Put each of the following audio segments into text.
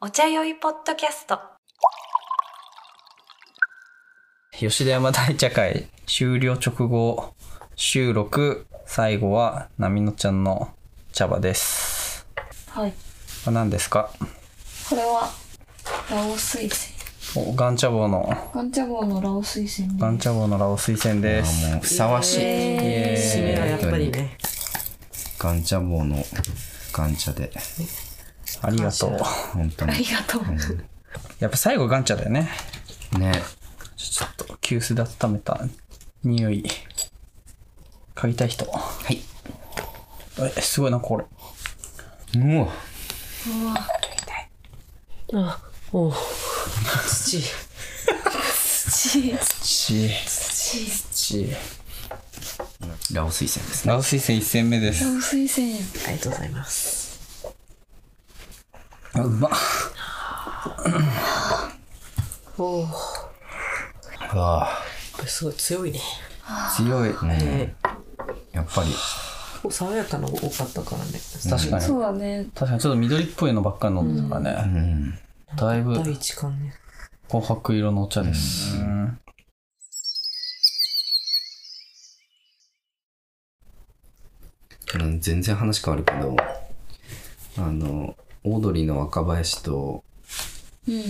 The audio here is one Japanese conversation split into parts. お茶酔いポッドキャスト吉田山大茶会終了直後収録最後はなみのちゃんの茶葉ですはいこれ何ですかこれはラオスイセおガンチャボのンガンチャボウのラオスイセンガンチャボのラオ推薦であすもうふさわしい。えー締めはやっぱりね。ガンチャ棒のガンチャで。ありがとう本当ありに。がとうやっぱ最後ガンチャだよねね。ちょっと急須で温めた匂い嗅ぎたい人はい。えすごいなこれうわ。あ、おう。土。ち土ち土ラオスイセンですね。ラオ推薦1戦目ですラオスイセンありがとうございます。あうまっおお。わこれすごい強いね。強いねやっぱり。結構爽やかなの多かったからね。確かにそうだね確かにちょっと緑っぽいのばっかり飲んでたからうね、ん。だいぶ第一感ね。琥珀色のお茶です、うん全然話変わるけど、あの、オードリーの若林と、うん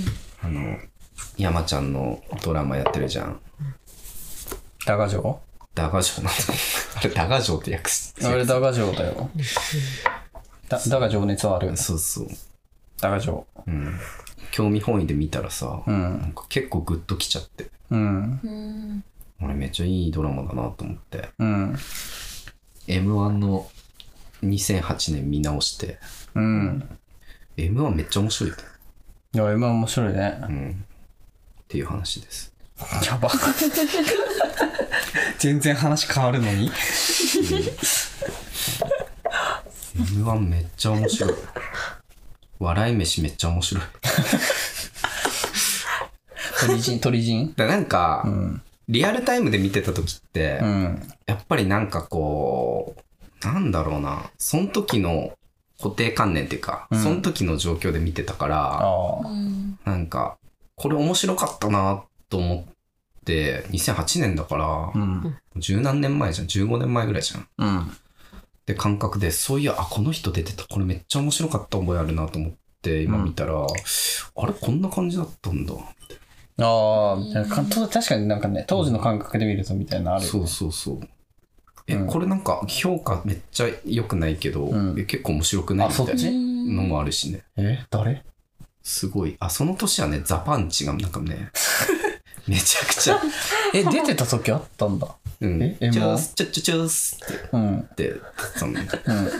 あの、山ちゃんのドラマやってるじゃん。ダガジョダガジョウなんだ。あれ、ダガジョウって訳す。ウあれダガジョウだよだだが情熱はあるそうそう。だが情うん。興味本位で見たらさ、うなんんか結構グッときちゃって。うんうん俺めっちゃいいドラマだなと思って。うん M1 の2008年見直して、うん、 M1 めっちゃ面白いよね。いや今面白いねうん。っていう話です。や ば全然話変わるのに M1 めっちゃ 面白い。笑い飯めっちゃ面白い。鳥人鳥人だなんか、うんリアルタイムで見てた時って、うんやっぱりなんかこう、なんだろうな、その時の固定観念っていうか、うんその時の状況で見てたから、あうあんなんか、これ面白かったなと思って、2008年だからう、ん十何年前じゃん、15年前ぐらいじゃん。うんって感覚で、そういや、あ、この人出てた、これめっちゃ面白かった覚えあるなと思って、今見たら、あれ、こんな感じだったんだ。ああみたいなかと確かになんかね当時の感覚で見るとみたいなのあるよそうそうそう。え、うんこれなんか評価めっちゃ良くないけど、うんえ結構面白くないあみそたっいちなうんのもあるしね。え誰すごい。あ、その年はね、ザパンチがなんかね、 めちゃくちゃ、え出てた時あったんだうん、えチュース、チュチュチュースっうんて出てたのね。なんうんか、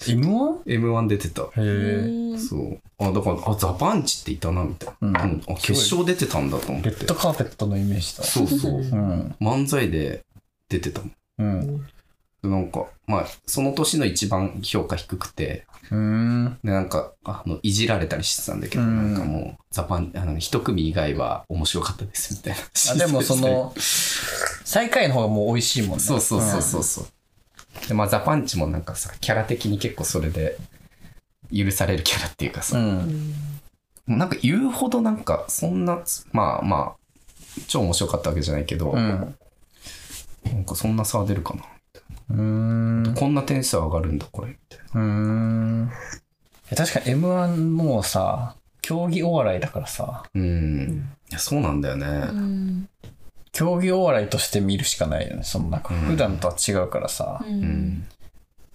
M1? M1 出てた。へえそう。あ、だから、あ、ザパンチっていたな、みたいな。うんうんあ、決勝出てたんだと思っレて。ッドカーペットのイメージだそうそう。うん漫才で出てたもん。うんなんか、まあ、その年の一番評価低くて、うんで、なんか、あの、いじられたりしてたんだけど、うんなんかもう、ザパン、あの、一組以外は面白かったです、みたいな。あでもそ、の最下位の方がもう美味しいもんねそうそうそうそうそう。で、まあ、ザパンチもなんかさ、キャラ的に結構それで、許されるキャラっていうかうさ、んなんか言うほどなんか、そんな、まあまあ、超面白かったわけじゃないけど、うんなんかそんな差は出るかな。うんこんな点数上がるんだ、これ、みたいな。うんいや確かに m 1もさ競技お笑いだからさうん。いや、そうなんだようね。ん競技お笑いとして見るしかないよねそのなんかうん普段とは違うからさう、うんん。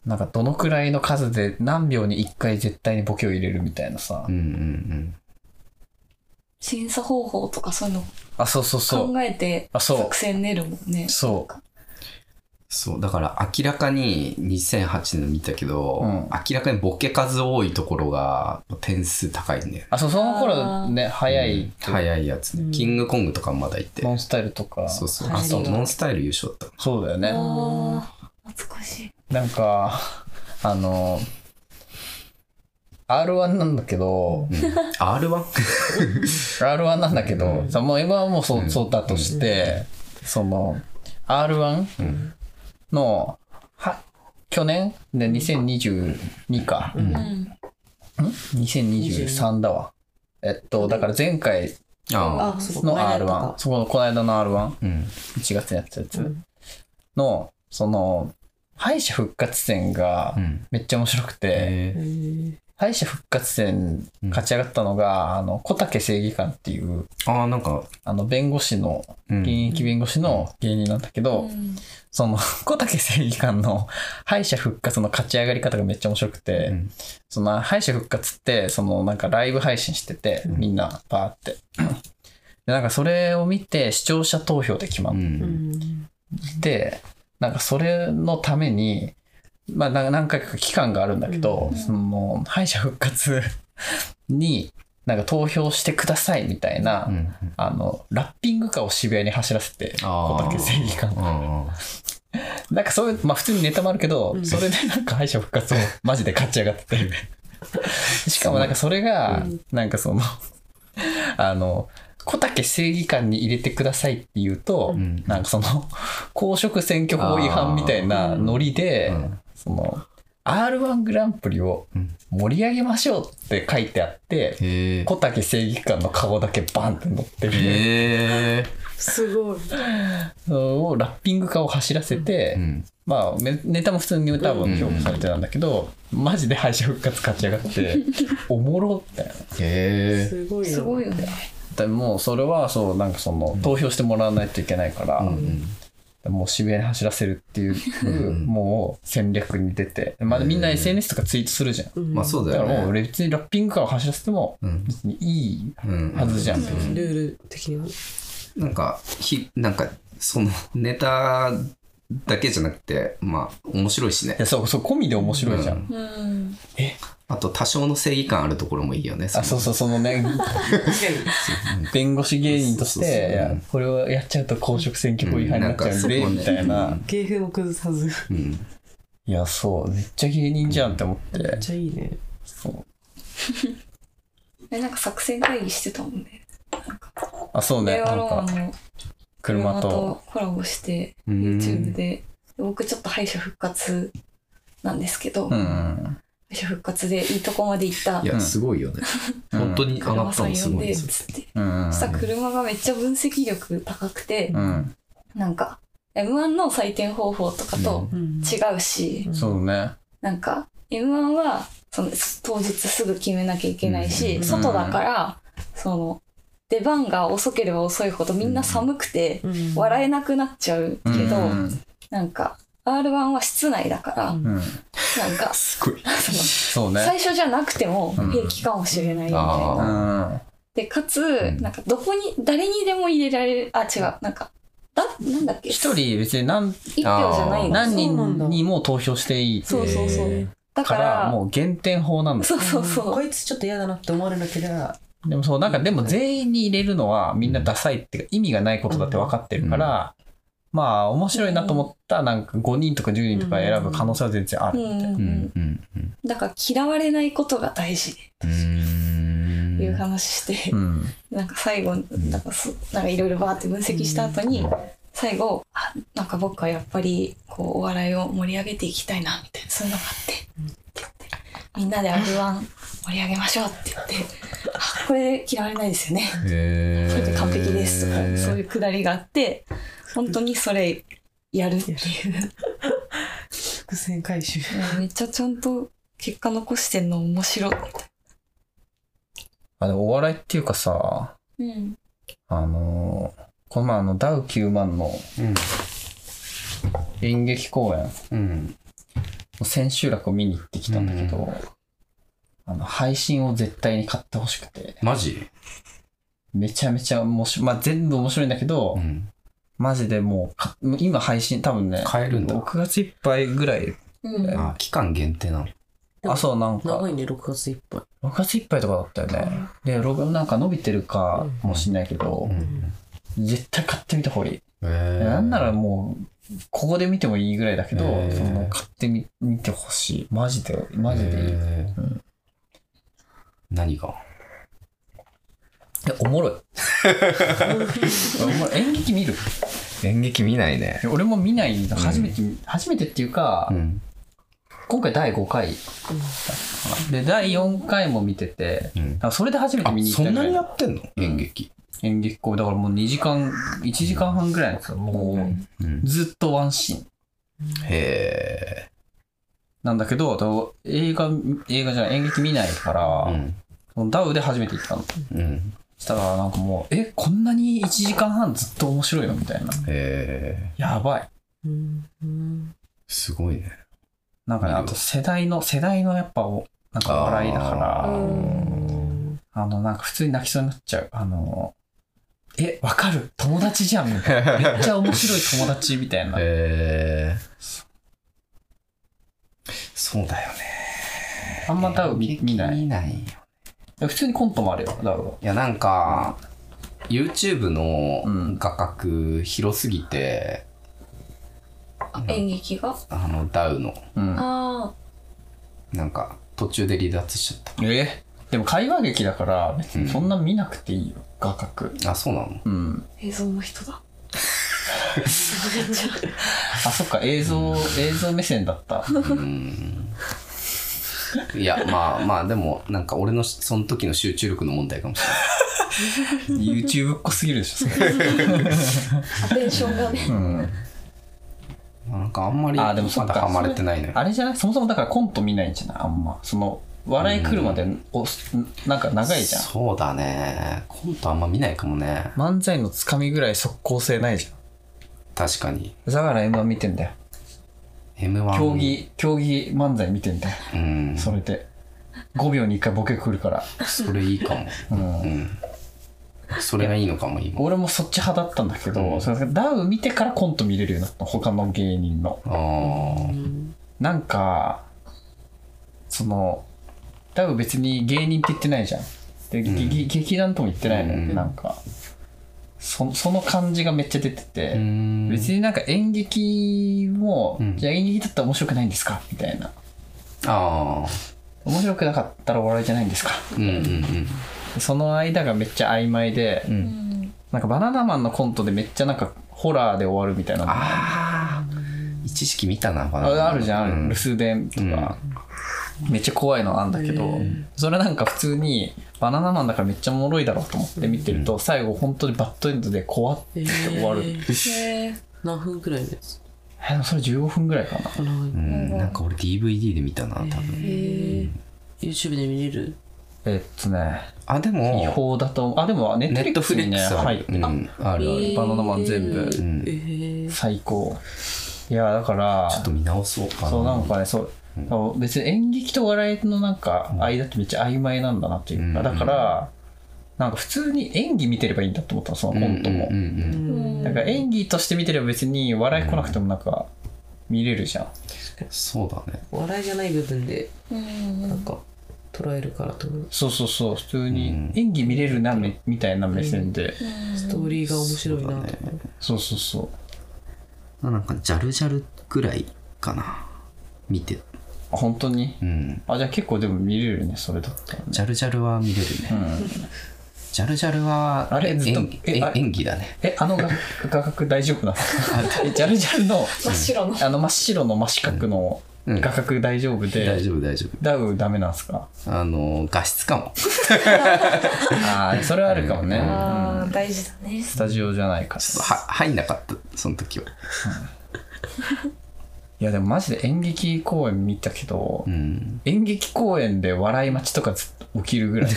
なんかどのくらいの数で何秒に1回絶対にボケを入れるみたいなさ、うんうん審査方法とかそういうのあそうそうそう考えてあそ作戦練るもんねうそうそう、だから明らかに2008年の見たけど、うん明らかにボケ数多いところが点数高いんだよね。あそうその頃ね早いっていう早いやつね。うんキングコングとかもまだいて。ノンスタイルとかそうそう。流あ、行りがそう、ノンスタイル優勝だった。そうだよねああ懐かしいなんか あの R1 なんだけど、 R1? R1 なんだけど、うんさもう今はもうそう,、うんそうだとして、その R1 うんのは去年で2022かうん2023だわ。えっと、だから前回ああ。あ、そうのこ間やった R1、かそこのこの間の R1、うん。 1月にやったやうつんの、その、敗者復活戦がうん。めっちゃ面白くて、へえー敗者復活戦うん勝ち上がったのが、あの、小竹正義感っていう、ー、ああ、なんか、あの、弁護士の、うん。現役弁護士の芸人なんだけど、うんその、 小竹正義感の 敗者復活の勝ち上がり方がめっちゃ面白くて、うんその敗者復活って、そのなんかライブ配信してて、うんみんなバーって。 で、なんかそれを見て視聴者投票で決まう。っうんんて、なんかそれのために、まあな何回か期間があるんだけど、うんその敗者復活 になんか投票してくださいみたいな、うん。あの、ラッピングカーを渋谷に走らせて、あ小あ。竹正義感ああ。なんかそういう、まあ普通にネタもあるけど、うんそれでなんか敗者復活をマジで勝ち上が ってて。しかもなんかそれがうん、なんかその、 あの、小竹正義感に入れてくださいって言うとう、ん。なんかその、公職選挙法違反みたいなノリで、うんその、R1 グランプリをうん盛り上げましょうって書いてあって、へえ。小竹正義感の顔だけバンって乗ってるへえ。すごい。のをラッピング化を走らせて、うん。まあ、めネタも普通に多分評価されてたんだけど、マジで敗者復活勝ち上が って、おもろって。へえ。すごいよ。すごいよね。でもうそれはそう、なんかその、投票してもらわないといけないから、うん。もう渋谷に走らせるっていう、んもう戦略に出て、まあみんな SNS とかツイートするじゃん。うんまあそうだだかよらもうね。俺別にラッピングカーを走らせても、うん。別にいいうん。はずじゃん。うんルール的にも。なんか、ひ、なんか、その、ネタだけじゃなくて、まあ、面白いしねい。や、そう、そう、込みで面白いじゃん。うんうん。あと、多少の正義感あるところもいいよね。あ、そうそう、そのね、確かに。弁護士芸人としそうそうそうて、いやこれをやっちゃうと公職選挙法違反になっちゃうんで、うんなんかみたいな。芸風も崩さず。めう。うん。いや、そう、めっちゃ芸人じゃんって思って。っちゃいいね。そうえ、なんか作戦会議してたもんね。あ、そうね。令な和んロマンか、の車と。コラボして、うん YouTube で。で僕ちょっと敗者復活なんですけど、うんう敗ん。者復活でいいとこまで行ったい。うんや、すごいよね。うん本当に上が車ったさんのす呼んごいで、ですよ。つって。うん。そしたら車がめっちゃ分析力高くてう、ん。なんか、M1 の採点方法とかと違違うし、うそうね。なんか、M1 は、その、当日すぐ決めなきゃいけないし、うん外だから、その、出番が遅ければ遅いほどみんな寒くて、ん笑ええなくなっちゃうけうんど、うんなんか、R1 は室内だから、うんうん。なんか、すごい。その、そうね。最初じゃなくても平気かもしれないみたいな。あうーん。で、かつ、なんか、どこに、誰にでも入れられる、あ、違う、なんか、だ、なんだっけ、一人別に何、一票じゃないの何そうなんだ人にも投票していいってそうそうそうえーだか、からら、もう減点法なんだ。そうそうそう。こいつちょっと嫌だなって思われなければ、でもそう、なんかでも全員に入れるのはみんなダサいっていうか意味がないことだって分かってるから、まあ面白いなと思ったなんか5人とか10人とか選ぶ可能性は全然あうるみたいな。ん、ううんん。うん。うんだから嫌われないことが大事うーんっていう話して、うん。なんか最後なんかそなんかいろいろバーって分析した後に、最後あなんか僕はやっぱりこうお笑いを盛り上げていきたいなみたいなそういうのがあって,、って言ってみんなで R1 盛り上げましょうって言ってあこれで嫌われないですよねへこれでー完璧ですとか、そういうくだりがあって本当にそれやるっていう伏線回収。うんめっちゃちゃんと結果残してんの面白いみたいあの、お笑いっていうかさ、な。うんあのーこの前あの、ダウ9万の演劇公演、うん。うん。千秋楽を見に行ってきたんだけど、うあの、配信を絶対に買ってほしくて、マジめちゃめちゃ面白い。まあ、全部面白いんだけど、ん。マジでもうか、今配信多分ね、買えるんだ。 6月いっぱいぐらい、うんあ、期間限定なの。あ、そう、なんか、長6いね、6月いっぱい。月いっぱいとかだったよね。で、ログなんか伸びてるかもしんないけど、ん。絶対買ってみた方がいい。へーなんならもう、ここで見てもいいぐらいだけど、えーその買ってみ見てほしい。マジで、マジでいい。へーうん何がえおもろい。おもろい演劇見る演劇見ないね。俺も見ないのうん初めて、初めてっていうか、うん。今回第5回で第4回も見ててうんあそれで初めてあ見に行そったんぐならにやいってんのうん演劇演劇校だからもう2時間1時間半ぐらいなんですよもうんうずっとワンシーンへえなんだけどあと映画映画じゃない演劇見ないから、うんそのダウで初めて行ったのうんしたらなんかもうえこんなに1時間半ずっと面白いのみたいなへえやばいうんうんすごいねなんかねあと世代の世代のやっぱおなんか笑いだからあーうんあの、なんか普通に泣きそうになっちゃう。あの、え、わかる友達じゃんみたいな。めっちゃ面白い友達みた いな。へえそうだよねあんまダウ見見ない。見ないよ普通にコントもあるよ、ダウは。いやなんか YouTube のうん画角広すぎて、演劇があのダウのうん。あなんか途中で離脱しちゃっえでも会話劇だから、別にそんな見なくていいよ、画角。たあそうなのうん。ー映像の人だすごいじゃんあ、そっか、映像、映像目線だった。うんいやまあまあでもなんか俺のその時の集中力の問題かもし YouTube っ子すぎるでしょ、それ。アテンションがねうん。れないなんかあんまりあまでもそっかだハマれてないのよあれじゃないそもそもだからコント見ないんじゃないあんま。その、笑い来るまで、おなんか長いじゃん。そうだねコントあんま見ないかもね漫才のつかみぐらい即効性ないじゃん。確かにだから M1 見てんだよ。 M1 競技、競技漫才見てんだよ。うんそれで。5秒に1回ボケくるから。それいいかもうん。うんそれがいいのかも今俺もそっち派だったんだけど、うんそれダウ見てからコント見れるようになったの他の芸人の。あなんか、その、ダウ別に芸人って言ってないじゃん。で、ん劇劇団とも言ってないのよ、うんなんかそ。その感じがめっちゃ出てて。あうん別になんか演劇も、うんじゃあ演劇だったら面白くないんですかみたいなああ面白くなかったらお笑いじゃないんですかうんうんうんその間がめっちゃ曖昧で、んうんなんかバナナマンのコントでめっちゃなんかホラーで終わるみたいなあああ一時期見たなバナナあるじゃん、う留守電とか、めっちゃ怖いのあんだけど、うんそれなんか普通にバナナマンだからめっちゃおもろいだろうと思って見てると、最後本当にバッドエンドで怖っえ終わるーへえ何分くらいのやつえでもそれ15分ぐらいかなあ長いうんなんか俺 DVD で見たな多分えー YouTube で見れるえっとねあで違も法だと思うあでもネッネトフットフリッリクックススにねあ入るっよてうる、んあるあるバナナマン全部うんちえー最高いやだからょっと見直そうかなそうなんかねそう、多分別に演劇と笑いのなんか間ってめっちゃ曖昧なんだなっていうか、うんだからなんか普通に演技見てればいいんだと思ったのそのコントも、うんうんうんうんうんだから演技として見てれば別に笑い来なくてもなんか見れるじゃん、そうだね笑いじゃない部分でうんなんか捉えるからと思うそうそうそう普通うにん演技見れるなみみたいな目線で、ストーリーが面白いなと思うそうそうそうなんかジャルジャルぐらいかな見てあ本当にうんあじゃあ結構でも見れるねそれだったらねジャルジャルは見れるね、んジャルジャルはあれずっと演技えあれ演技だねえあの画画角大丈夫な のえ ジャルジャルの真っ白のあの真っ白の真四角のうん画角大丈夫で、大丈夫大丈ダウダメなんすか夫あの画質かもああそれはあるかもね、うんあー大事だねスタジオじゃないからは入んなかったその時はいやでもマジで演劇公演見たけど、うん演劇公演で笑い待ちとかずっと起きる ぐらい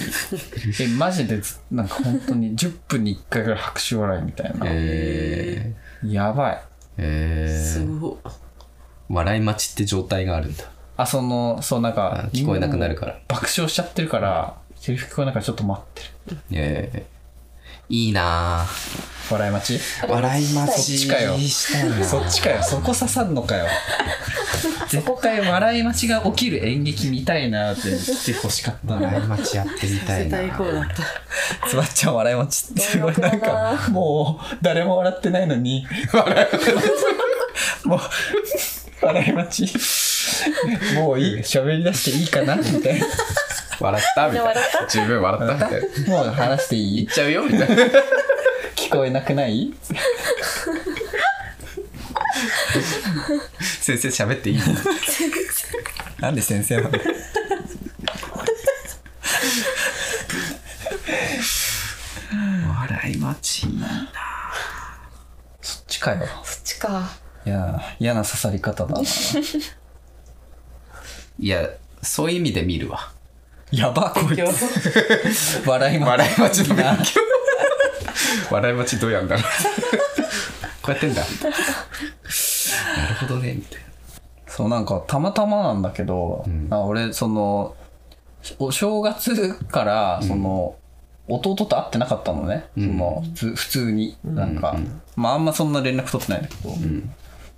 えマジでずなんか本当に10分に1回ぐらい拍手笑いみたいな、えーやばいえすー、ごい笑い待ちって状態があるんだあそのそうなんかあ聞こえなくなるからみんなもう爆笑しちゃってるからセリフ聞こえないからちょっと待ってるえー、いいなあ笑い待ち笑い待そっちちかよしたいなそっちかよ、そこ刺さんのか よ。絶対笑い待ちが起きる演劇見たいなって来てほしかったな。笑い待ちやってみたいな最高だったつばっちゃん笑い待ちってすごい迷惑だなんなか、もう誰も笑ってないのに、笑いもう、笑い待ち。もういい、喋り出していいかなみたいな。 笑ったみたい笑な十分笑ったみたいなもう話していい言っちゃうよみた いな聞こえなくない先生喋っていいなんで先生なんだ笑い待ちそっちかよそっちかいや嫌な刺さり方だないやそういう意味で見るわやばこい今つ日笑い笑い待ちのいな勉強笑い待ちどうやんだろうこうやってんだなるほどねみたいなそうなんかたまたまなんだけど、うんあ俺そのお正月からその、弟と会ってなかったのね、うんその普通普通になんか、まああんまそんな連絡取ってないんだけど、ん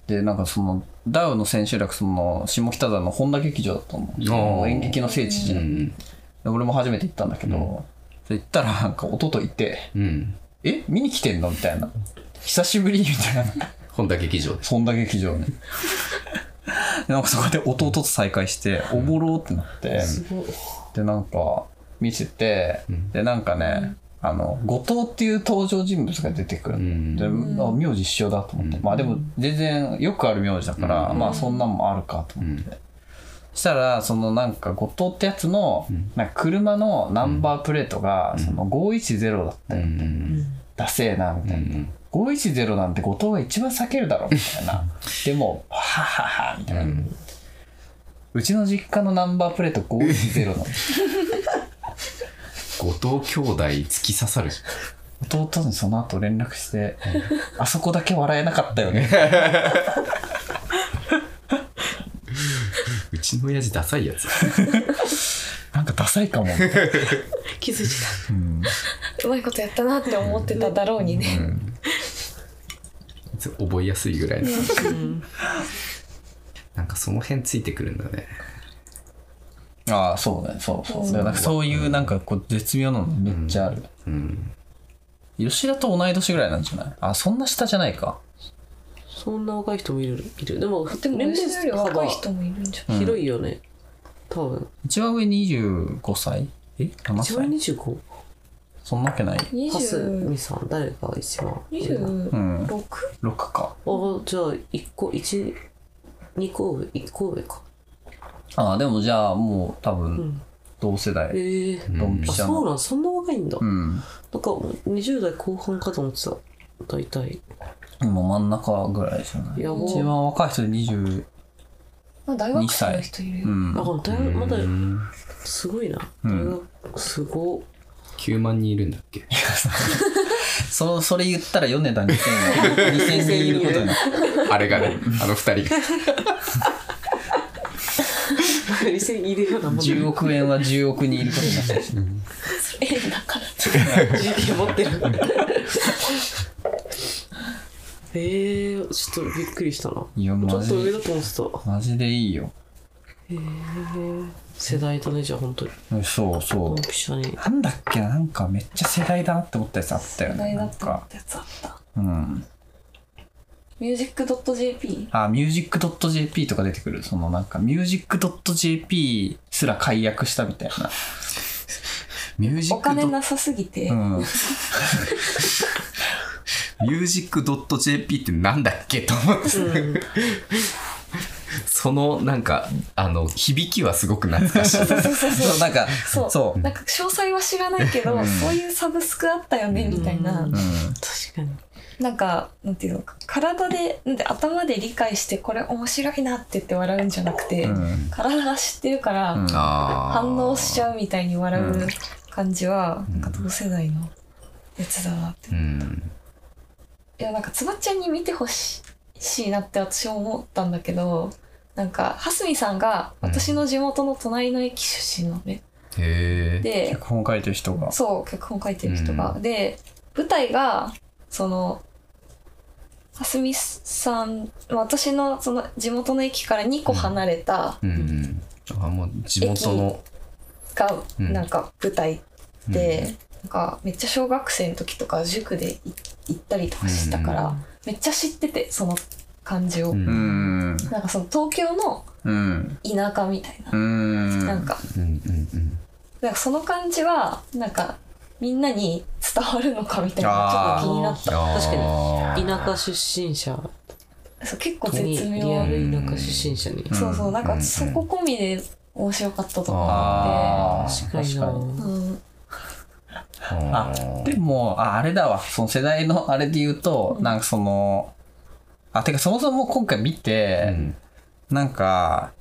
でなんかそのダウの千秋楽その下北沢の本田劇場だったのその演劇の聖地じゃん、んで俺も初めて行ったんだけど、うんそれ行ったらなんか弟いてうん「え見に来てんの?」みたいな「久しぶり」みたいな本田劇場ですそんだけ劇場ね。でなんかそこで弟と再会して、おもろーってなって、すごいで、なんか見てて、うんで、なんかね、あの、後藤っていう登場人物が出てくる。んで、あ、名字一緒だと思って。うんまあでも、全然よくある名字だから、うんまあそんなんもあるかと思って。したら、そのなんか、後藤ってやつのうん、なんか車のナンバープレートが、その510だったうよ。んダセーな、みたいな。510なんて後藤が一番避けるだろうみたいなでもはははみたいな、うちの実家のナンバープレート510なの 後藤兄弟突き刺さる弟にその後連絡してあそこだけ笑えなかったよねうちの親父ダサいやつなんかダサいかもみたいな気づいてうまいことやったなって思ってただろうにね、覚えやすいぐらいのた、うん、 なんかその辺ついてくるんだね ああそうねそうそう、だからなんかそういうなんかこう絶妙なのめっちゃある、うん吉田と同い年ぐらいなんじゃないあそんな下じゃないかそんな若い人もいるいるでもでも吉田より若い人ももいるんじゃん広いよね、多分一番上25歳え7一番歳25そんなわけないハス20ミさん誰が一番上だ26うん6かあじゃあ一個一二個上一個上かああでもじゃあもう多分ん同世代、ええドンピあシャそうの。なんそんな若いんだ、うん。なんか20代後半かと思ってた大体今真ん中ぐらいじゃない。やば一番若い人で20。まあ大学生の人いるよ、うんあ。だいまだうんすごいな、ん大学すご9万人いるんだっけそそれ言ったら米田2000人。2000人いることになる。あれがね あの二人がい店にいるようなもんだ10億円は10億人いることになる。それだから GP 持ってる えー、ちょっとびっくりしたないや、ちょマっジと上でだ。と思ってマジでいいよ。た世代だねじゃあ本当にそうそドうン。ピシャになんだっけな、なんかめっちゃ世代だなって思ったやつあったよね。大なん学のか。やつあったうん。ミュージックドット JP あ、music.jp とか出てくる。そのなんか、music.jp すら解約したみたいな。ミュージおック金ドなさすぎて、うん。ミュージックドット JP ってなんだっけと思って、そのなんかあの響きはすごく懐かしいそうそうそうそうそう、なんか、そうそう。なんか詳細は知らないけど、そういうサブスクあったよねみたいな、うんうん。確かになんかなんていうのか体でなんて頭で理解してこれ面白いなって言って笑うんじゃなくて、うん体が知ってるから、うん反 反応しちゃゃうみたいに笑う感じは、なんか同世代のやつだなって、ういんやなんかつばちゃんに見てほししいなって私は思ったんだけどなんか蓮見さんがうん私の地元の隣の駅出身なのね、へえで脚本書いてる人が。そう脚本書いてる人が、で舞台がその蓮見さん私のその地元の駅から2個離れたうんあもう地元のがうんなんか舞台で、なんかめっちゃ小学生の時とか塾でい行ったりとかしてたから、めっちゃ知っててその感じを、うんうん。なんかその東京のうん。田舎みたいな、うん。なんかうんうんうんなんかその感じはなんかみんなに伝わるのかみたいなのがちょっと気になった確か田舎出身者そう結構当に絶リア妙、ル田舎出身者に。そうそうなんうかんそこ込みで面白かったと思ああ確かに確かにう、な。うん、あでもああれだわその世代のあれで言うと、なんかそのあてかそもそも今回見て、なんか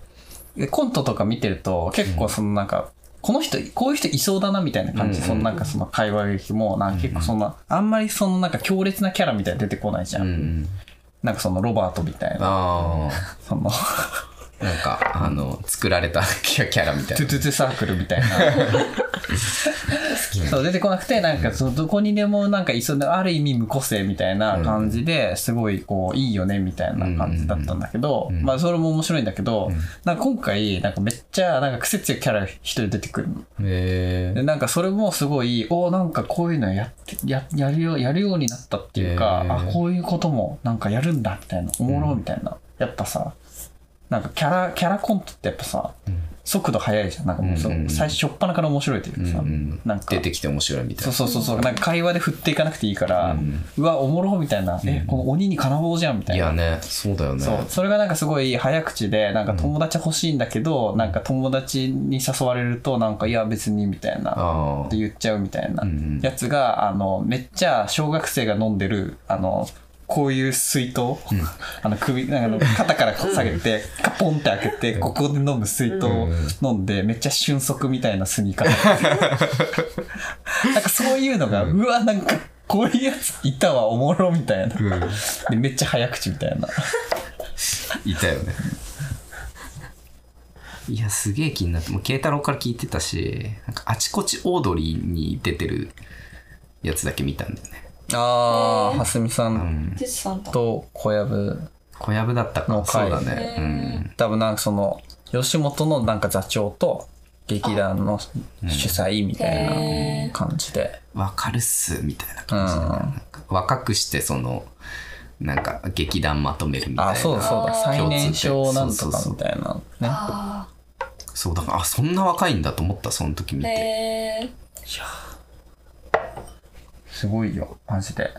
コントとか見てると結構そのなんか、この人こういう人いそうだなみたいな感じ、うんそのなんかその会話劇もなんか結構そんな、あんまりそのなんか強烈なキャラみたいなの出てこないじゃ、うんんなんかそのロバートみたいなあそのあなんかあの作られた キャキャラみたいトゥなトゥトゥサークルみたいな そう出てこなくてなんかそのどこにでもなんかいそうなある意味無個性みたいな感じですごいこういいよねみたいな感じだったんだけど、んまあそれも面白いんだけど、なんか今回なんかめっちゃなんか癖強いキャラ一人出てくるのへでなんかそれもすごいおなんかこういうのやってややるよやるようになったっていうか、へーあこういうこともなんかやるんだみたいなおもろみたいな、やっぱさなんかキャラキャラコントってやっぱさ、速度速いじゃんなんかもうそう、うんうんうん最初初っ端から面白いというかさ、うんうんなんか出てきて面白いみたいそうなそうそうそうなんか会話で振っていかなくていいから、ううんわおもろみたいな、えこの鬼に金棒じゃんみたいいなやねそうだよねそうそれがなんかすごい早口でなんか友達欲しいんだけど、なんか友達に誘われるとなんかいや別にみたいなあっあて言っちゃうみたいなうんうんやつがあのめっちゃ小学生が飲んでるあのこういう水筒、 あの首なんか肩から下げてカポンって開けてここで飲む水筒を飲んでめっちゃ瞬足みたいなスニーカーなんかそういうのがうわなんかこういうやついたわおもろみたいなうんでめっちゃ早口みたいないたよね いやすげえ気になってもう慶太郎から聞いてたしなんかあちこちオードリーに出てるやつだけ見たんだよねああ蓮見さうんん哲さんとと小籔小籔だったかのそう回だねうん多分なんかその吉本のなんか座長と劇団の主催みたいな感じで、わかるっすみたいな感じだねうんなんか若くしてそのなんか劇団まとめるみたいなあそうだそうだ最年少なんとそうそうかそうみたいなねあそうだからあそんな若いんだと思ったその時見あへてえすごいよマジで、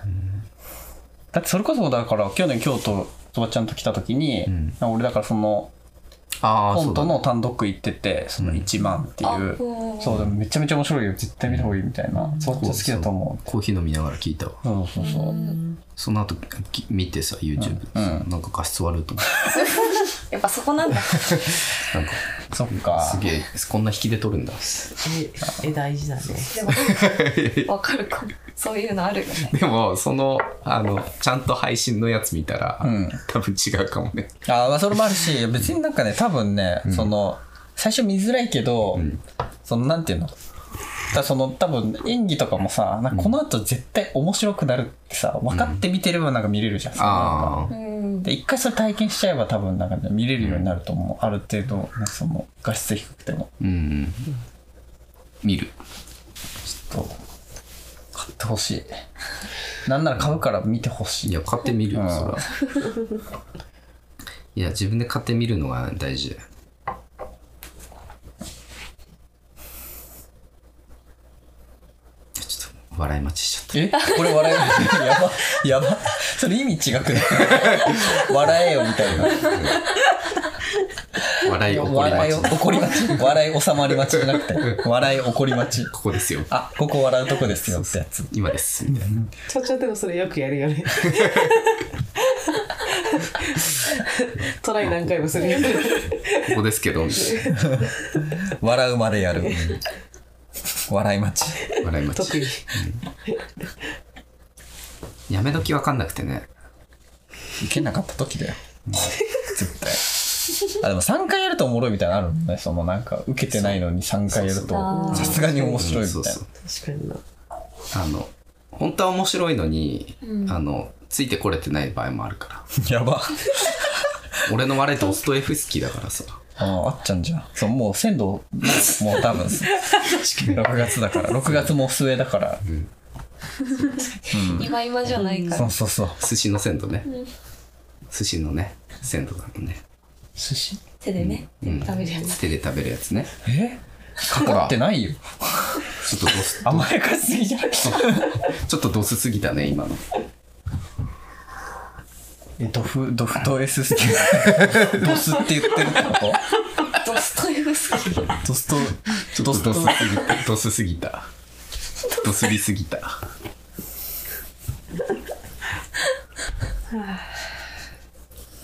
だってそれこそだから去年京都とばちゃんと来た時に、俺だからそのああコそンうだトねの単独行っててその1万っていう、あうんそうでもめちゃめちゃ面白いよ絶対見た方がいいみたいなそっち好きだと思うコーヒー飲みながら聞いたわそうそうそうそうその後き見てさ YouTube でさなんか画質悪いと思ってやっぱそこなんだなんかそっかすげえこんな引きで撮るんだえ、え、大事だね。でもわかるかもそういうのあるよねでもそのあのちゃんと配信のやつ見たら、ん多分違うかもねあーまあそれもあるし 別になんかね多分ね、その最初見づらいけど、そのなんていうのだその多分演技とかもさなんかこの後絶対面白くなるってさ分かって見てればなんか見れるじゃん、そのなんかああうんで一回それ体験しちゃえば多分なんか、ね、見れるようになると思う、ある程度なんかその画質低くてもうん、見るちょっと買ってほしいなんなら買うから見てほしいいや買ってみるよ、うんそ れはいや自分で買ってみるのが大事だよちょっと笑い待ちしちゃっえこれ笑えるやばやばそれ意味違くない 笑えよみたいな た笑い起こり笑い待ち怒り待 ち笑い収まり待ちじゃなくて笑い怒り待ちここですよあここ笑うとこですよってやつ今ですみたいなちょちょでもそれよくやるよね。トライ何回もするよね。 ここです けどみたい笑うまでやる笑い待ちな笑い待特ちに。やめ時わかんなくてね受けなかった時だよ絶対あでも3回やるとおもろいみたいなのあるもんねそのなんか受けてないのに3回やるとそうさすがに面白いみそうたいそうな確かにな。あの本当は面白いのに、あのついてこれてない場合もあるからやば俺の悪いドストエフスキーだからさあああっちゃんじゃんそうもう鮮度もう多分6月だから6月も末だから今今じゃないかそらうそうそう寿司の鮮度ね、寿司のね鮮度だもんね、寿司手でね食べるやつ手で食べるやつねえかかってないよちょっとドス甘やかしすぎじゃないちょっとドスすぎたね今のえドフドフと S スってドスって言ってるってこドストエフスキーとドスとドドススドとスすぎた。ドスすぎた。ドスりすぎ た。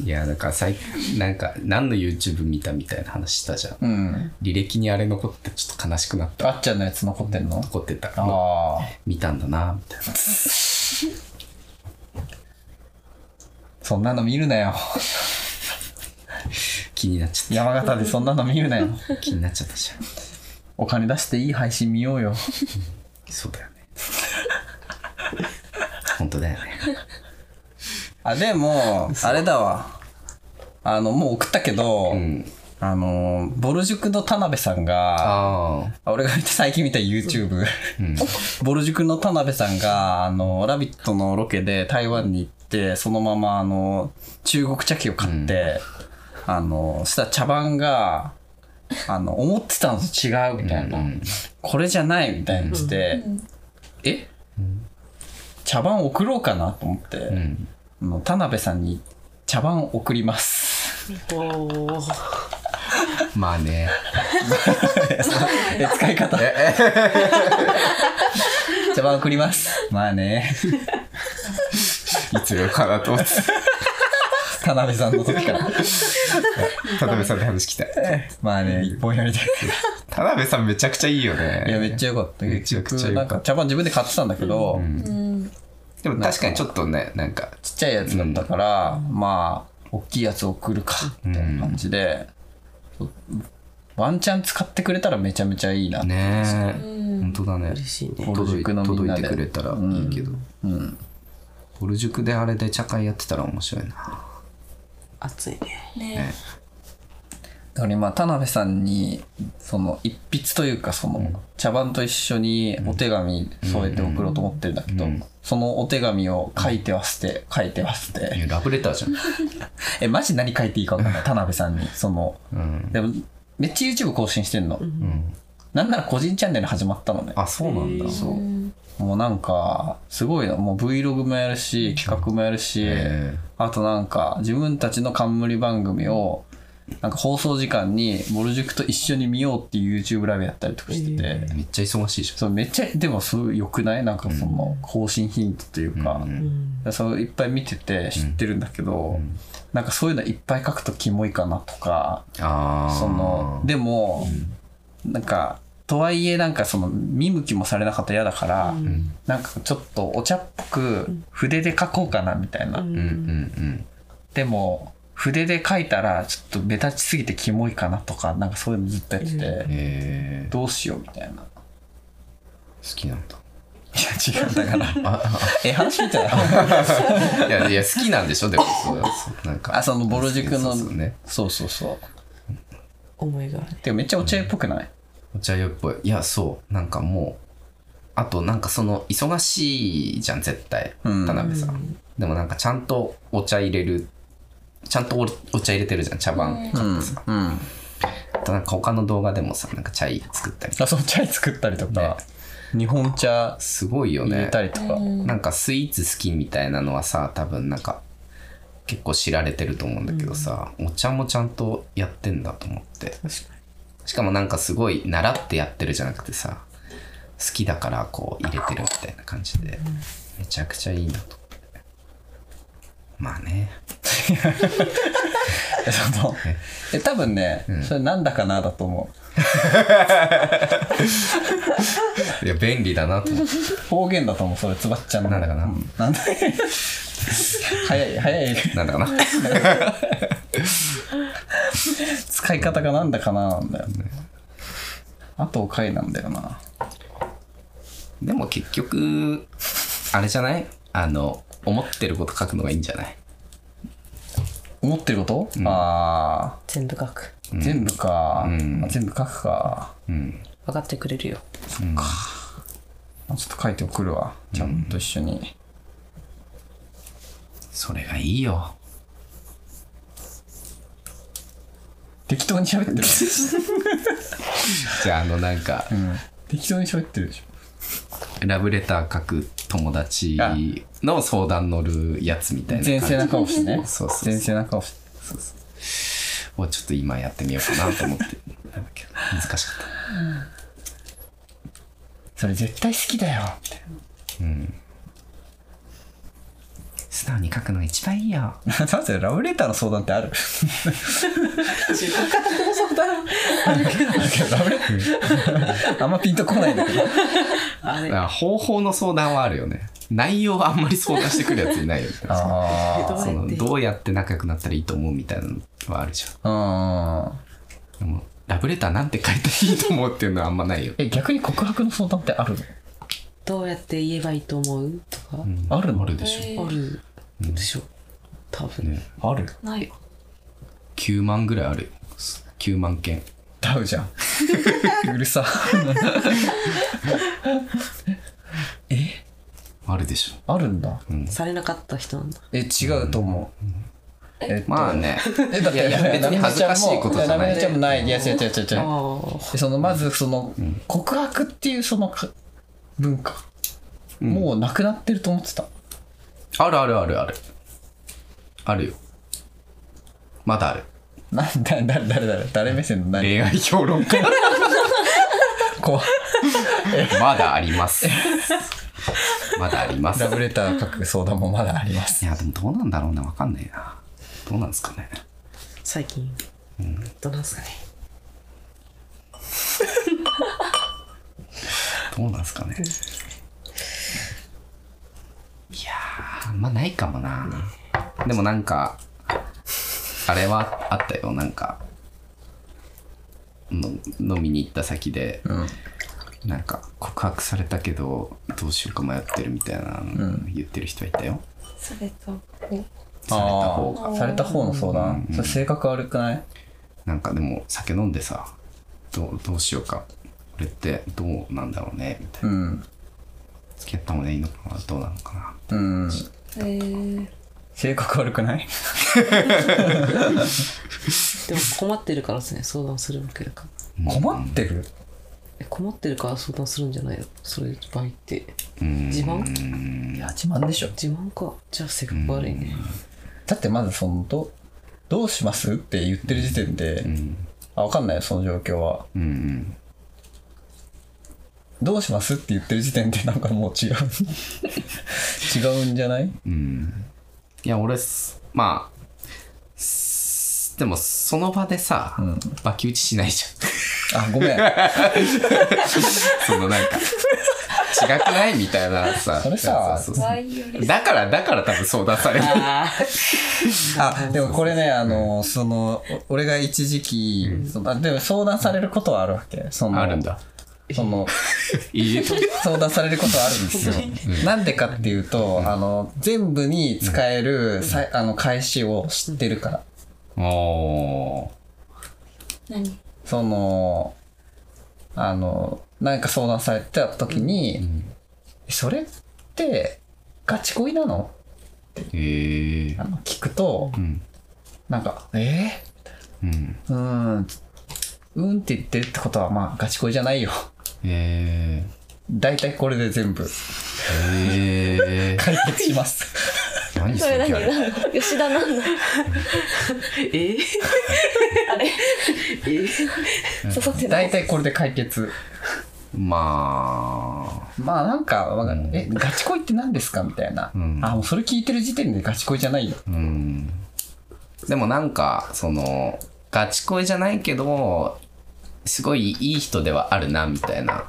いや、だから最、なんか、何の YouTube 見たみたいな話したじゃん。うん履歴にあれ残っててちょっと悲しくなった。あっちゃんのやつ残ってんの残ってた。ああ見たんだな、みたいな。そんなの見るなよ気になっちゃっ山形でそんなの見るなよた。気になっちゃったじゃん。お金出していい配信見ようよそうだよね。本当だよね。あでもあれだわあのもう送ったけど、うん。あのボル塾の田辺さんがああ。俺が見た最近見た YouTube うん。ボル塾の田辺さんが、あの、ラビットのロケで台湾に行って、そのまま、あの、中国茶器を買って、あの、そしたら茶番が、あの、思ってたのと違うみたいな、うんこれじゃないみたいにして、え茶番送ろうかなと思って、うん。あの田辺さんに茶番送ります。おーまあね。え、使い方。茶番送ります。まあね、いつよかなと思って。田辺さんの時から。田辺さんの話来た。まあね、一本やりたい。田辺さんめちゃくちゃいいよね。いや、めっちゃ良かった。めちゃくちゃ結局良かなっんたか茶番自分で買ってたんだけど、うんでも確かにちょっとね、なんか、ちっちゃいやつだったから、まあ、大きいやつ送るか、みたいな感じで、ワンチャン使ってくれたらめちゃめちゃいいな。ねえ、うん本当だね。嬉しいね。ボル届い塾のみん届いなでてくれたらいいけど。うん。ボル塾であれで茶会やってたら面白いな。熱いね。ねだから今、田辺さんに、その、一筆というか、その、茶番と一緒にお手紙添えて送ろうと思ってるんだけど、そのお手紙を書いては捨て、書いては捨いて。やラブレターじゃん。え、マジ何書いていいか分かんない。田辺さんに、その、うん。でも、めっちゃ YouTube 更新してんの。うん、なんなら個人チャンネル始まったのね。 あ、そうなんだ。そうもうなんか、すごいの。もう Vlog もやるし、企画もやるし、えあとなんか、自分たちの冠番組を、なんか放送時間に、ボル塾と一緒に見ようっていう YouTube ライブやったりとかしてて、ーめっちゃ忙しいじゃん。そうめっちゃ、でもそう良くないなんかその、更新ヒントというか、そういっぱい見てて知ってるんだけど、なんかそういうのいっぱい書くとキモいかなとか、ああ。そのでも、なんかとはいえなんかその見向きもされなかったら嫌だから、なんかちょっとお茶っぽく筆で書こうかなみたいな、ううんうんん。うん。でも筆で書いたらちょっと目立ちすぎてキモいかなとかなんかそういうのずっとやってて、ええどうしようみたいな。い好きなんだ。や違うだから え話聞いたらいや、いや、好きなんでしょ、でも。そうそうなんか。あそのぼる塾のそうそうそうね。そうそうそう思いがね。でもめっちゃお茶っぽくない、お茶酔っぽい。いや、そう。なんかもう、あとなんかその、忙しいじゃん、絶対。うん田辺さん。でもなんかちゃんとお茶入れる、ちゃんとおお茶入れてるじゃん、茶番。うんうん、あとなんか他の動画でもさ、なんかチャイ作ったり。あそうチャイ作ったりとか、日本茶すごいよ入れね。たりとか、なんかスイーツ好きみたいなのはさ、多分なんか、結構知られてると思うんだけどさ、お茶もちゃんとやってんだと思って。確かしかもなんかすごい習ってやってるじゃなくてさ好きだからこう入れてるみたいな感じでめちゃくちゃいいなと思ってまあねえ そのえ多分ね、それなんだかなだと思いや便利だなと思ってう方言だと思うそれつばっちゃんのなんだかなうんなんだ 早い早いなんだかな使い方がなんだかななんだよねあとおかいなんだよなでも結局あれじゃないあの思ってること書くのがいいんじゃない思ってること、ああ全部書く。全部か、あ全部書くかうん分かってくれるよ。あちょっと書いて送るわちゃんと一緒に、それがいいよ適当に喋って るじゃああのなんか適当に喋ってるでしょラブレター書く友達の相談乗るやつみたいな前感じ世な顔してね そうそうそう前世な顔してをちょっと今やってみようかなと思ってなんだっけ難しかっそれ絶対好きだよ みたいたうん素直に書くのが一番いいよななんせラブレターの相談ってあるラブレタ ーあんまピンとこないんだけど あだれかあら方法の相談はあるよね内容はあんまり相談してくるやつ いないよねあそのどうやってどうやって仲良くなったらいいと思うみたいなのはあるじゃんあうんでもラブレターなんて書いていいと思うっていうのはあんまないよえ逆に告白の相談ってあるのどうやって言えばいいと思うとか、あるのあるでしょえあーるでしょ、多分、ねあるないよ9万ぐらいあるよ9万件ダウじゃん うるさえあるでしょあるんだされなかった人なんだえ違うと思う、えっとまあ ねえだっていやいや別になみなちゃんも恥ずかしいことじゃなやないみなちゃんもないいや違う違う違う違うあでそのまずその告白っていうそのか文化、もうなくなってると思ってたあるあるあるあるあるよまだあるなんだ誰誰誰誰目線の何恋愛評論家怖い まだありますまだありますラブレター書く相談もまだありますいやでもどうなんだろうなわかんないなどうなんですかねあ最近、どうなんすかねどうなんですかねいやーあんまないかもなでもなんかあれはあったよなんかの飲みに行った先で、なんか告白されたけどどうしようか迷ってるみたいなの言ってる人はいたよ、それとされた方がされた方の相談、それ性格悪くないなんかでも酒飲んでさどうどうしようか俺ってどうなんだろうねみたいなうん付き合った方がいいのかなどうなのかなうんえー、性格悪くないでも困ってるからですね相談するわけだから困ってるえ困ってるから相談するんじゃないのそれ場合ってうん自慢いや自慢でしょ自慢かじゃあ性格悪いねだってまずそのどどうしますって言ってる時点で、あ分かんないよその状況はうんうんどうしますって言ってる時点でなんかもう違う違うんじゃないいや俺すまあすでもその場でさ、バキ打ちしないじあごめんゃん そのなんか違くないみたいなさそれさそうそう怖そいようりだからだから多分相談されるあああでもこれねあのそのお俺が一時期、そのあでも相談されることはあるわけそのあるんだそのいい相談されることはあるんですよ。 なんでかっていうと、あの全部に使えるさいあの返しを知ってるから。おー何そのあのなんか相談されてた時に、それってガチ恋なのへえあの聞くと、んなんか「えうんー、うーん」うんって言ってるってことはまあガチ恋じゃないよ。へ大体これで全部えへえ解決し ます。何そそれれ何ギャル何吉田何のえあれえ刺さってない大体これで解決。ままあなんかわかんない、え、ガチ恋って何ですかみたいな。んあ、もうそれ聞いてる時点でガチ恋じゃないよ。あうんでもなんかそのガチ恋じゃないけどすごいいい人ではあるなみたいな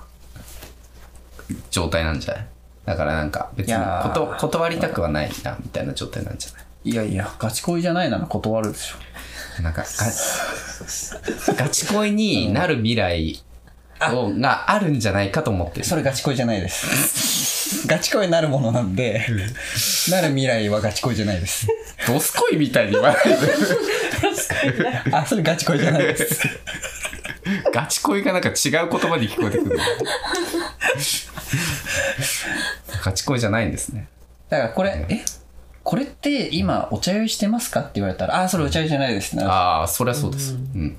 状態なんじゃないだからなんか別いにやーこと断りたくはないなみたいな状態なんじゃないいやいや、ガチ恋じゃないなら断るでしょ。なんか ガガチ恋になる未来をがあるんじゃないかと思ってるそれガチ恋じゃないです。ガチ恋なるものなんで、なる未来はガチ恋じゃないです。ドス恋みたいに言わないであ、それガチ恋じゃないです。ガチ恋がなんか違う言葉に聞こえて くるガチ恋じゃないんですねだからこれ、えこれって今お茶酔いしてますかって言われたら、あ、それお茶酔いじゃないですね。ああそりゃそうですうん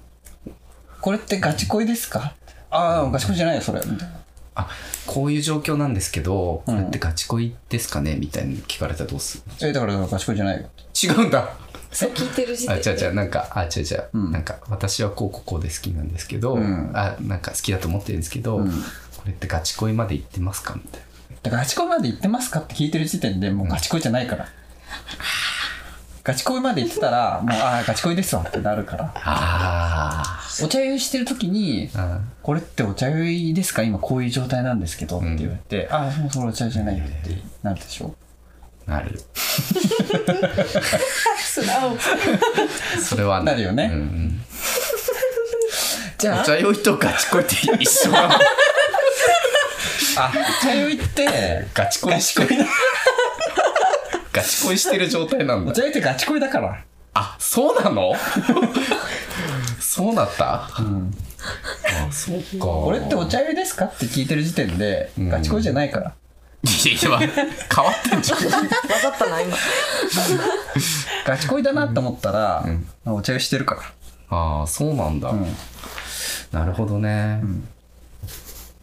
これってガチ恋ですかああ、ガチ恋じゃないよ、それ。みたいなあこういう状況なんですけどこれってガチ恋ですかね、みたいに聞かれたらどうするえだから賢いじゃないよ違うんだそう聞いてる時あ点違うで違うなんかあ違う違う、うんなんか私はこうこうこうで好きなんですけど、うんあなんか好きだと思ってるんですけど、うんこれってガチ恋まで行ってますかみたいなだからガチ恋まで行ってますかって聞いてる時点でもうガチ恋じゃないから、ガチ恋まで行ってたらもうああガチ恋ですわってなるからあお茶酔いしてる時にあ「これってお茶酔いですか今こういう状態なんですけど」って言われて「ああもうそれお茶酔いじゃないよ」ってなるでしょなる素直それはなるよねうんうん、じお茶酔いとガチ恋って一緒なのあお茶酔いってガチ恋ガチ恋だガチ恋してる状態なんおだ茶酔いってガチ恋だからあそう なのそうだった、あそっかこれってお茶酔いですかって聞いてる時点でんガチ恋じゃないから、いやいや変わって んじゃんかったな、今。ガチ恋だなって思ったら、んお茶酔いしてるかああそうなんだ、ら、うんなるほどね、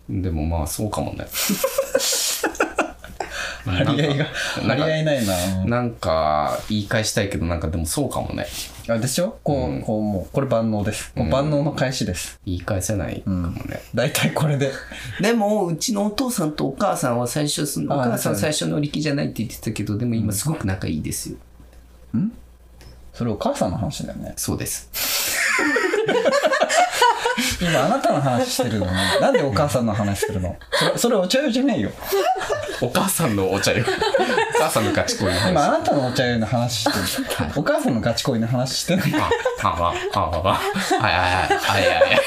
でもまあそう かもね張り合いがなんか張り合いないななんか言い返したいけどなんかでもそうかもねあでしょこう,、うんこうもうこれ万能です、もう万能の返しです言い返せないかもね、大体これででもうちのお父さんとお母さんは最初そのおあー母さんそう最初の力じゃないって言ってたけどでも今すごく仲いいですよ、それお母さんの話だよねそうです今あなたの話してるのになんでお母さんの話してるのそれそれお茶酔いじゃないよお母さんのお茶よお母さんのガチ恋の話今あなたのお茶酔いの話してるお母さんのガチ恋の話してないあああああはいはいはいはいはい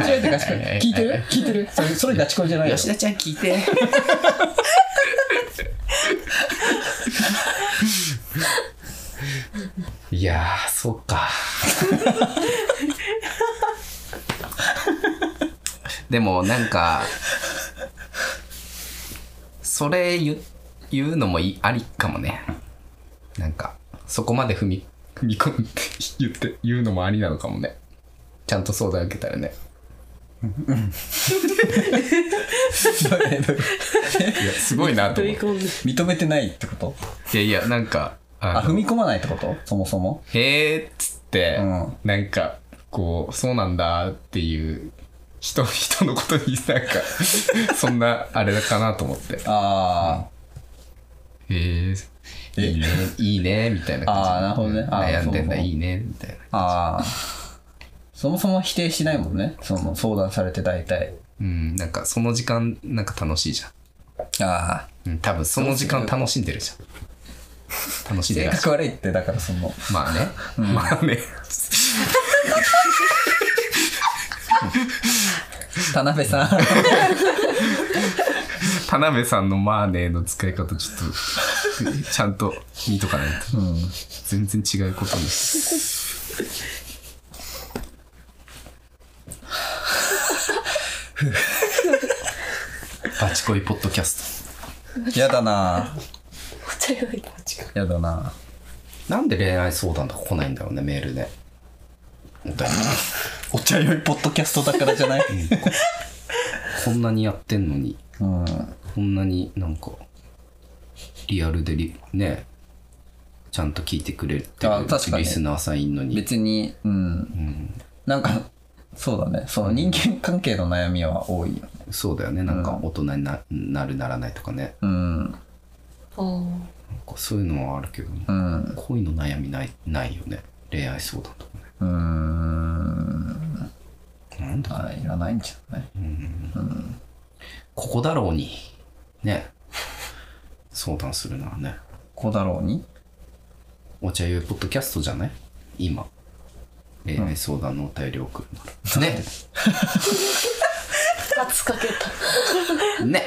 お茶酔いってガチ恋はい聞いてる聞いてるそれそれガチ恋じゃないよ吉田ちゃん聞いていやーそっかでもなんかそれ言う言うのもいいありかもねなんかそこまで踏み踏み込ん で言って言うのもありなのかもねちゃんと相談受けたらねいやすごいなと飛思ってび込んで。認めてないってこといやいや、なんか、ああ踏み込まないってことそもそもへえっつって、うんなんか、こう、そうなんだっていう、人、 人のことになんか、 そんな、あれかなと思って。へあえ、えいいね、いいね、みたいなあ感じ。ーなるほどねうんあー悩んでんだ、そうそういいね、みたいな。あああそもそも否定しないもんねその相談されて大体うん、なんか、その時間、なんか楽しいじゃん。ああうん、多分、その時間楽しんでるじゃん。楽しんで性る格悪いってだからその まあね。まあね。田辺さん田辺さんの「マーネー」の使い方ちょっとちゃんと見とかないと、全然違うことにバチコイポッドキャスやだなお茶酔いと違うやだなトなんで恋愛相談とか来ないんだろうねメールでお便りお茶酔いポッドキャストだからじゃないこんなにやってんのにうんこんなになんかリアルでリねちゃんと聞いてくれてるあ確かにリスナーさんいんのに別にうん、なんかそうだねその人間関係の悩みは多いよねそうだよねなんか大人にななるならないとかねうんおーなんかそういうのはあるけど、うん恋の悩みないないよね恋愛相談とかねうーんなんだあいらないんじゃないここだろうにね相談するならねこうだろうにお茶酔いポッドキャストじゃない今恋愛相談のお便りを送るなら、ね圧かけたね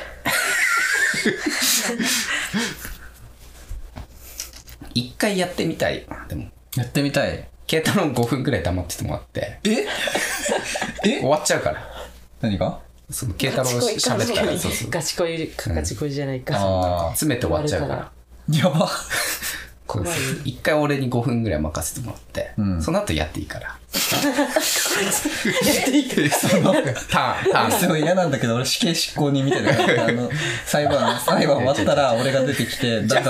一回やってみたいでもやってみたい慶太郎5分くらい黙っててもらって え終わっちゃうから何がその慶太郎ガチ恋か喋った確らかそうそうガチ恋か、ガチ恋じゃないか。ああ詰めて終わっちゃうからやば怖い。一回俺に5分ぐらい任せてもらって、んその後やっていいから。やっていいか その、ターン、タ ーン。すごい嫌なんだけど俺死刑執行人みた いな感じであの裁判裁判終わったら俺が出てきてだんだん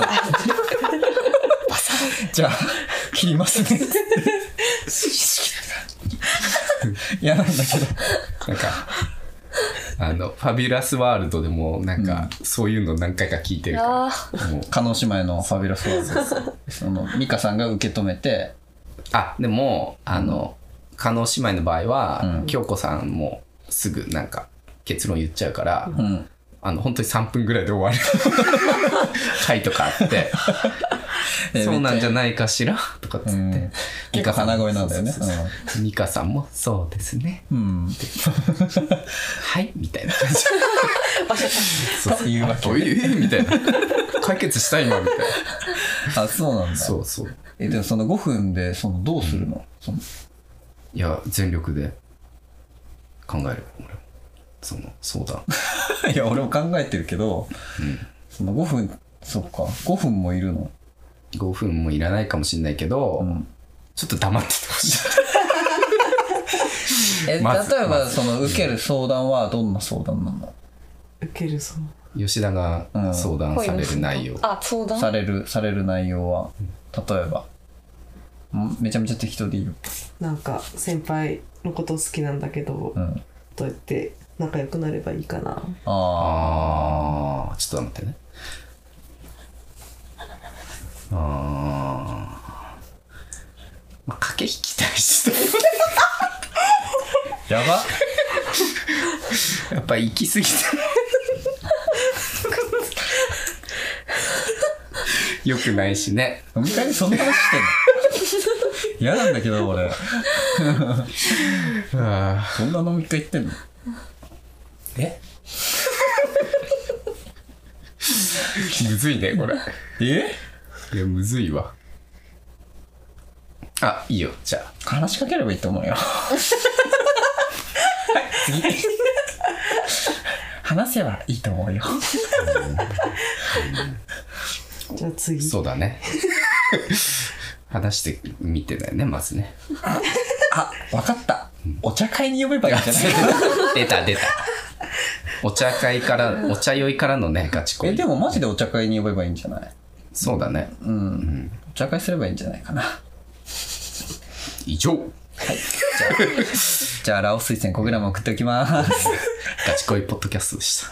じゃあ切ります ね嫌なんだけどなんか、あの、ファビュラスワールドでも、なんか、そういうの何回か聞いてるかあーら。もう加納姉妹のファビュラスワールドその美香さんが受け止めてあ、でも、あの、加納姉妹の場合は、うん京子さんもすぐなんか結論言っちゃうから、うんあの、本当に3分ぐらいで終わる 回とかあって、 えそうなんじゃいないかしらとかっつって。うん結構鼻声なんだよねそうそうそう美香さんも、そうですね。うんはい、み たいな感じ。そうというわけおいえみ たいな。解決した今、みたいな。あそうなんだそうそう。えでもその5分でそのどうするのそのいや、全力で考える。俺もその、相談。 いや、俺も考えてるけど、その5分、そっか、5分もいるの。 5分もいらないかもしれないけど、んちょっと黙っててほしい。え、まず例えば、その、受ける相談はどんな相談なの、受けるそ う。吉田がうん相談される内容。あ相談される、される内容は、例えば。んめちゃめちゃ適当でいいよ。なんか先輩のこと好きなんだけど、うん。どうやって仲良くなればいいかな。あああ、ちょっと待ってね。ああ。まあ、駆け引き対 して。あ。やばやっぱ行き 過ぎた。よくないしね。飲み会でそんな話してんの 嫌なんだけど、俺。そんな飲み会行ってんのえ むずいね、これ。えいや、むずいわ。あ、いいよ、じゃあ。話しかければいいと思うよ。はい、次。話せばいいと思うよ。じゃあ次。そうだね。話してみてだよね、まずね。あ、わかった。お茶会に呼べばいいんじゃない 出た、出た。お茶会から、お茶酔いからのね、ガチえ、恋で。もマジでお茶会に呼べばいいんじゃないそうだね。うん。お茶会すればいいんじゃないかな。以上。じゃあ、ラオス推薦 5g 送っておきます。ガチ恋ポッドキャストでした。